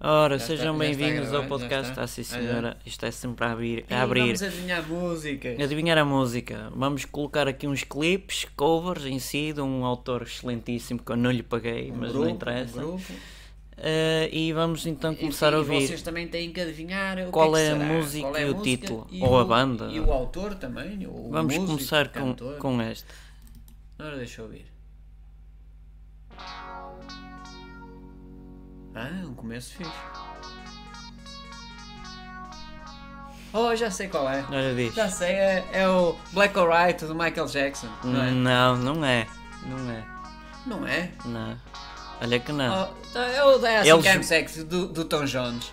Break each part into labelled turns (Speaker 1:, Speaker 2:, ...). Speaker 1: Ora,
Speaker 2: Já está- já
Speaker 1: sejam
Speaker 2: está a
Speaker 1: bem-vindos ao
Speaker 2: gravar, já
Speaker 1: podcast.
Speaker 2: está.
Speaker 1: Ah, sim,
Speaker 2: Ah, já.
Speaker 1: senhora. Isto é sempre a abrir.
Speaker 2: Ih,
Speaker 1: A abrir.
Speaker 2: Vamos adivinhar músicas.
Speaker 1: Adivinhar a música. Vamos colocar aqui uns clipes, covers em si, de um autor excelentíssimo que eu não lhe paguei,
Speaker 2: Um
Speaker 1: mas
Speaker 2: grupo,
Speaker 1: não interessa.
Speaker 2: um grupo.
Speaker 1: Ah, e vamos então começar
Speaker 2: Enfim,
Speaker 1: a ouvir.
Speaker 2: Vocês também têm que adivinhar o que
Speaker 1: Qual
Speaker 2: que
Speaker 1: é a
Speaker 2: será,
Speaker 1: música
Speaker 2: qual é
Speaker 1: e o
Speaker 2: música
Speaker 1: título,
Speaker 2: e
Speaker 1: ou
Speaker 2: o-
Speaker 1: a banda.
Speaker 2: E o autor também. O
Speaker 1: Vamos
Speaker 2: um músico,
Speaker 1: começar com,
Speaker 2: cantor.
Speaker 1: com este.
Speaker 2: Ora, deixa eu ouvir. Ah, um começo fixe. Oh, já sei qual é.
Speaker 1: Ora diz.
Speaker 2: Já sei, é, é o Black Alright do Michael Jackson, não é?
Speaker 1: Não, não é. Não é.
Speaker 2: Não é?
Speaker 1: Não. Olha que não.
Speaker 2: Oh, tá, é o da Eles...
Speaker 1: Ah. Eles-
Speaker 2: Game Sex do, do Tom Jones.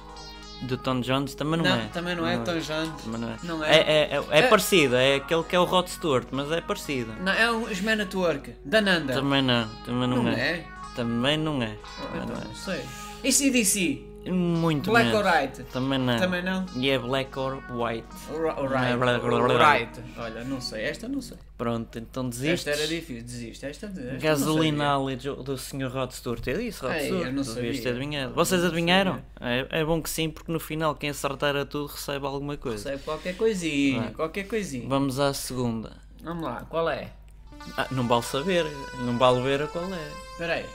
Speaker 1: Do Tom Jones também não,
Speaker 2: Ah. Não,
Speaker 1: é.
Speaker 2: também não é Tom Jones.
Speaker 1: Também não é.
Speaker 2: Não
Speaker 1: É,
Speaker 2: é.
Speaker 1: é, é- é
Speaker 2: É-
Speaker 1: parecido, é aquele que é o Rod Stewart, mas é parecido.
Speaker 2: Não, é o Sman at Work, da Nanda.
Speaker 1: Também não, também não,
Speaker 2: É. não
Speaker 1: é.
Speaker 2: é?
Speaker 1: Também não é.
Speaker 2: Oh,
Speaker 1: Também
Speaker 2: então,
Speaker 1: não
Speaker 2: não sei. E CDC?
Speaker 1: é. Muito
Speaker 2: Black
Speaker 1: menos.
Speaker 2: or White?
Speaker 1: Também não.
Speaker 2: Também não?
Speaker 1: E é black or white.
Speaker 2: Ora-
Speaker 1: Não é
Speaker 2: Alright.
Speaker 1: Black Alright.
Speaker 2: Alright. Olha, não sei, esta não sei.
Speaker 1: Pronto, então desiste.
Speaker 2: Esta era difícil, desisto. Esta, esta não
Speaker 1: Gasolina ali do, do Sr. Rod Stewart. Eu disse Rod
Speaker 2: Ei,
Speaker 1: Stewart.
Speaker 2: eu não
Speaker 1: tu devias
Speaker 2: sabia.
Speaker 1: ter adivinhado.
Speaker 2: Eu
Speaker 1: Vocês
Speaker 2: não
Speaker 1: adivinharam? É, é bom que sim, porque no final quem acertar a tudo recebe alguma coisa.
Speaker 2: Sei qualquer coisinha, qualquer coisinha.
Speaker 1: é. Vamos à segunda.
Speaker 2: Vamos lá, qual é?
Speaker 1: Ah, não vale saber, não vale ver a qual é.
Speaker 2: Espera aí.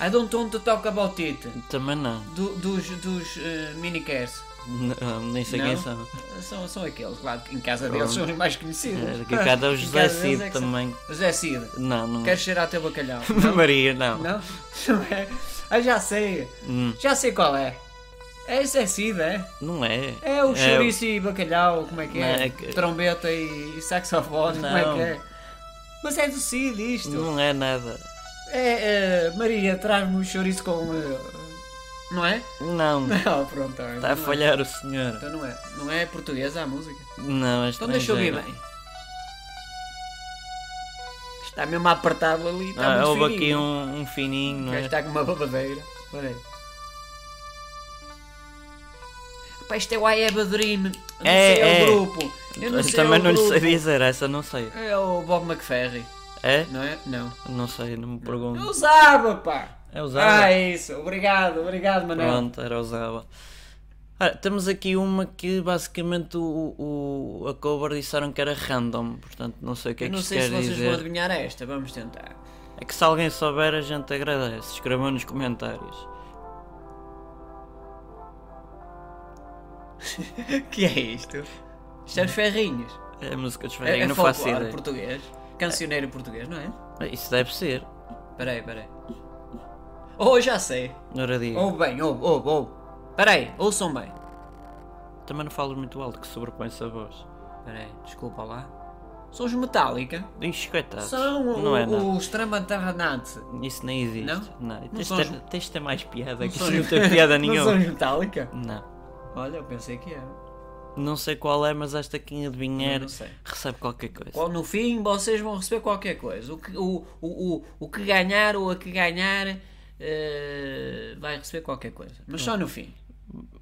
Speaker 2: I don't want to talk about it.
Speaker 1: Também não.
Speaker 2: Do- dos dos eh, minicares.
Speaker 1: Não, nem sei quem são.
Speaker 2: São, são aqueles, claro, que em casa deles são os mais conhecidos.
Speaker 1: É, que cada o
Speaker 2: Em
Speaker 1: José
Speaker 2: casa deles
Speaker 1: Cid
Speaker 2: é que são.
Speaker 1: também.
Speaker 2: José Cid,
Speaker 1: Não, não. é.
Speaker 2: queres cheirar teu bacalhau?
Speaker 1: Maria, não.
Speaker 2: Não? Não é? Ah, já sei.
Speaker 1: Hum.
Speaker 2: Já sei qual é. É José Cid, é?
Speaker 1: Não é.
Speaker 2: É o chouriço e bacalhau, como é que
Speaker 1: Não,
Speaker 2: é?
Speaker 1: é que-
Speaker 2: Trombeta e, e saxofone, como é
Speaker 1: Não.
Speaker 2: que é? Mas é do Cid isto.
Speaker 1: Não é nada.
Speaker 2: É, é, Maria, traz-me um chouriço com... eh, Não é?
Speaker 1: Não.
Speaker 2: Não, pronto. tá bem.
Speaker 1: Está a
Speaker 2: Não.
Speaker 1: falhar o senhor.
Speaker 2: Então não é. Não é portuguesa a música.
Speaker 1: Não, é esta
Speaker 2: Então deixa eu ouvir bem. Está mesmo a apertá-lo ali. Está
Speaker 1: Ah,
Speaker 2: Tá muito
Speaker 1: houve aqui
Speaker 2: fininho.
Speaker 1: um, um fininho,
Speaker 2: O
Speaker 1: não
Speaker 2: gajo
Speaker 1: é?
Speaker 2: está com uma babadeira. Olha aí. Pá, isto é o I Have a Dream. Eu Não
Speaker 1: É,
Speaker 2: sei, é,
Speaker 1: é.
Speaker 2: o grupo. Eu não sei,
Speaker 1: Também
Speaker 2: é o
Speaker 1: não lhe
Speaker 2: grupo.
Speaker 1: sei dizer, essa não sei.
Speaker 2: É o Bob McFerry,
Speaker 1: É?
Speaker 2: não é? Não.
Speaker 1: Não sei, não me
Speaker 2: Eu
Speaker 1: pergunto.
Speaker 2: usava, pá.
Speaker 1: É usava?
Speaker 2: Ah, isso. Obrigado, obrigado, Manel.
Speaker 1: Pronto, era usava. Ora, temos aqui uma que basicamente o, o, a cover disseram que era random, portanto não sei o que é
Speaker 2: Eu
Speaker 1: que
Speaker 2: não
Speaker 1: isto
Speaker 2: sei
Speaker 1: quer
Speaker 2: se vocês
Speaker 1: dizer.
Speaker 2: vão adivinhar esta. Vamos tentar.
Speaker 1: É que se alguém souber a gente agradece. Escrevam nos comentários.
Speaker 2: que é isto? Isto é os ferrinhos.
Speaker 1: É a música dos
Speaker 2: É,
Speaker 1: Ferreira,
Speaker 2: é
Speaker 1: não
Speaker 2: folclore
Speaker 1: faço ideia.
Speaker 2: português. Cancioneiro português, não é?
Speaker 1: Isso deve ser.
Speaker 2: Peraí, peraí. Oh, já sei.
Speaker 1: Ora diga.
Speaker 2: Ouve bem, ouve, ouve, ouve. Peraí, ouçam bem.
Speaker 1: Também não falas muito alto que sobrepõe-se a voz.
Speaker 2: Peraí, desculpa lá. São os Metallica.
Speaker 1: Ixi, coitados.
Speaker 2: São o-
Speaker 1: não é nada.
Speaker 2: os Tramantarranate.
Speaker 1: Isso nem existe.
Speaker 2: um, Não?
Speaker 1: Tens,
Speaker 2: são
Speaker 1: de
Speaker 2: os-
Speaker 1: ter, tens de ter mais piada, que
Speaker 2: são
Speaker 1: isso não
Speaker 2: os-
Speaker 1: tem piada
Speaker 2: Não são
Speaker 1: nenhuma.
Speaker 2: os Metallica?
Speaker 1: Não.
Speaker 2: Olha, eu pensei que era.
Speaker 1: Não sei qual é, mas esta quem
Speaker 2: Eu
Speaker 1: adivinhar
Speaker 2: não sei.
Speaker 1: recebe qualquer coisa.
Speaker 2: Qual- No fim, vocês vão receber qualquer coisa. O que, o, o, o, o que ganhar ou a que ganhar eh, vai receber qualquer coisa. Mas só no fim.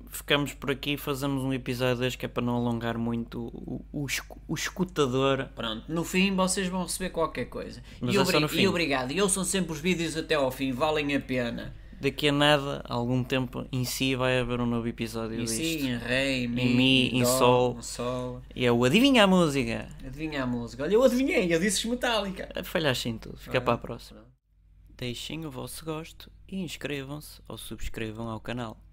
Speaker 1: Ficamos por aqui e fazemos um episódio hoje que é para não alongar muito o, o, escu- o escutador.
Speaker 2: Pronto, no fim vocês vão receber qualquer coisa.
Speaker 1: Mas
Speaker 2: e,
Speaker 1: é só no fim.
Speaker 2: e obrigado. E ouçam sempre os vídeos até ao fim, valem a pena.
Speaker 1: Daqui a nada, a algum tempo, em si vai haver um novo episódio
Speaker 2: E
Speaker 1: disto.
Speaker 2: sim, em rei, em mi,
Speaker 1: mi, em
Speaker 2: dó,
Speaker 1: sol.
Speaker 2: em sol.
Speaker 1: E é o Adivinha a Música.
Speaker 2: Adivinha a música. Olha, eu adivinhei, eu disse Metallica.
Speaker 1: Falhaste em tudo. Fica
Speaker 2: Ah.
Speaker 1: para a próxima. Deixem o vosso gosto e inscrevam-se ou subscrevam ao canal.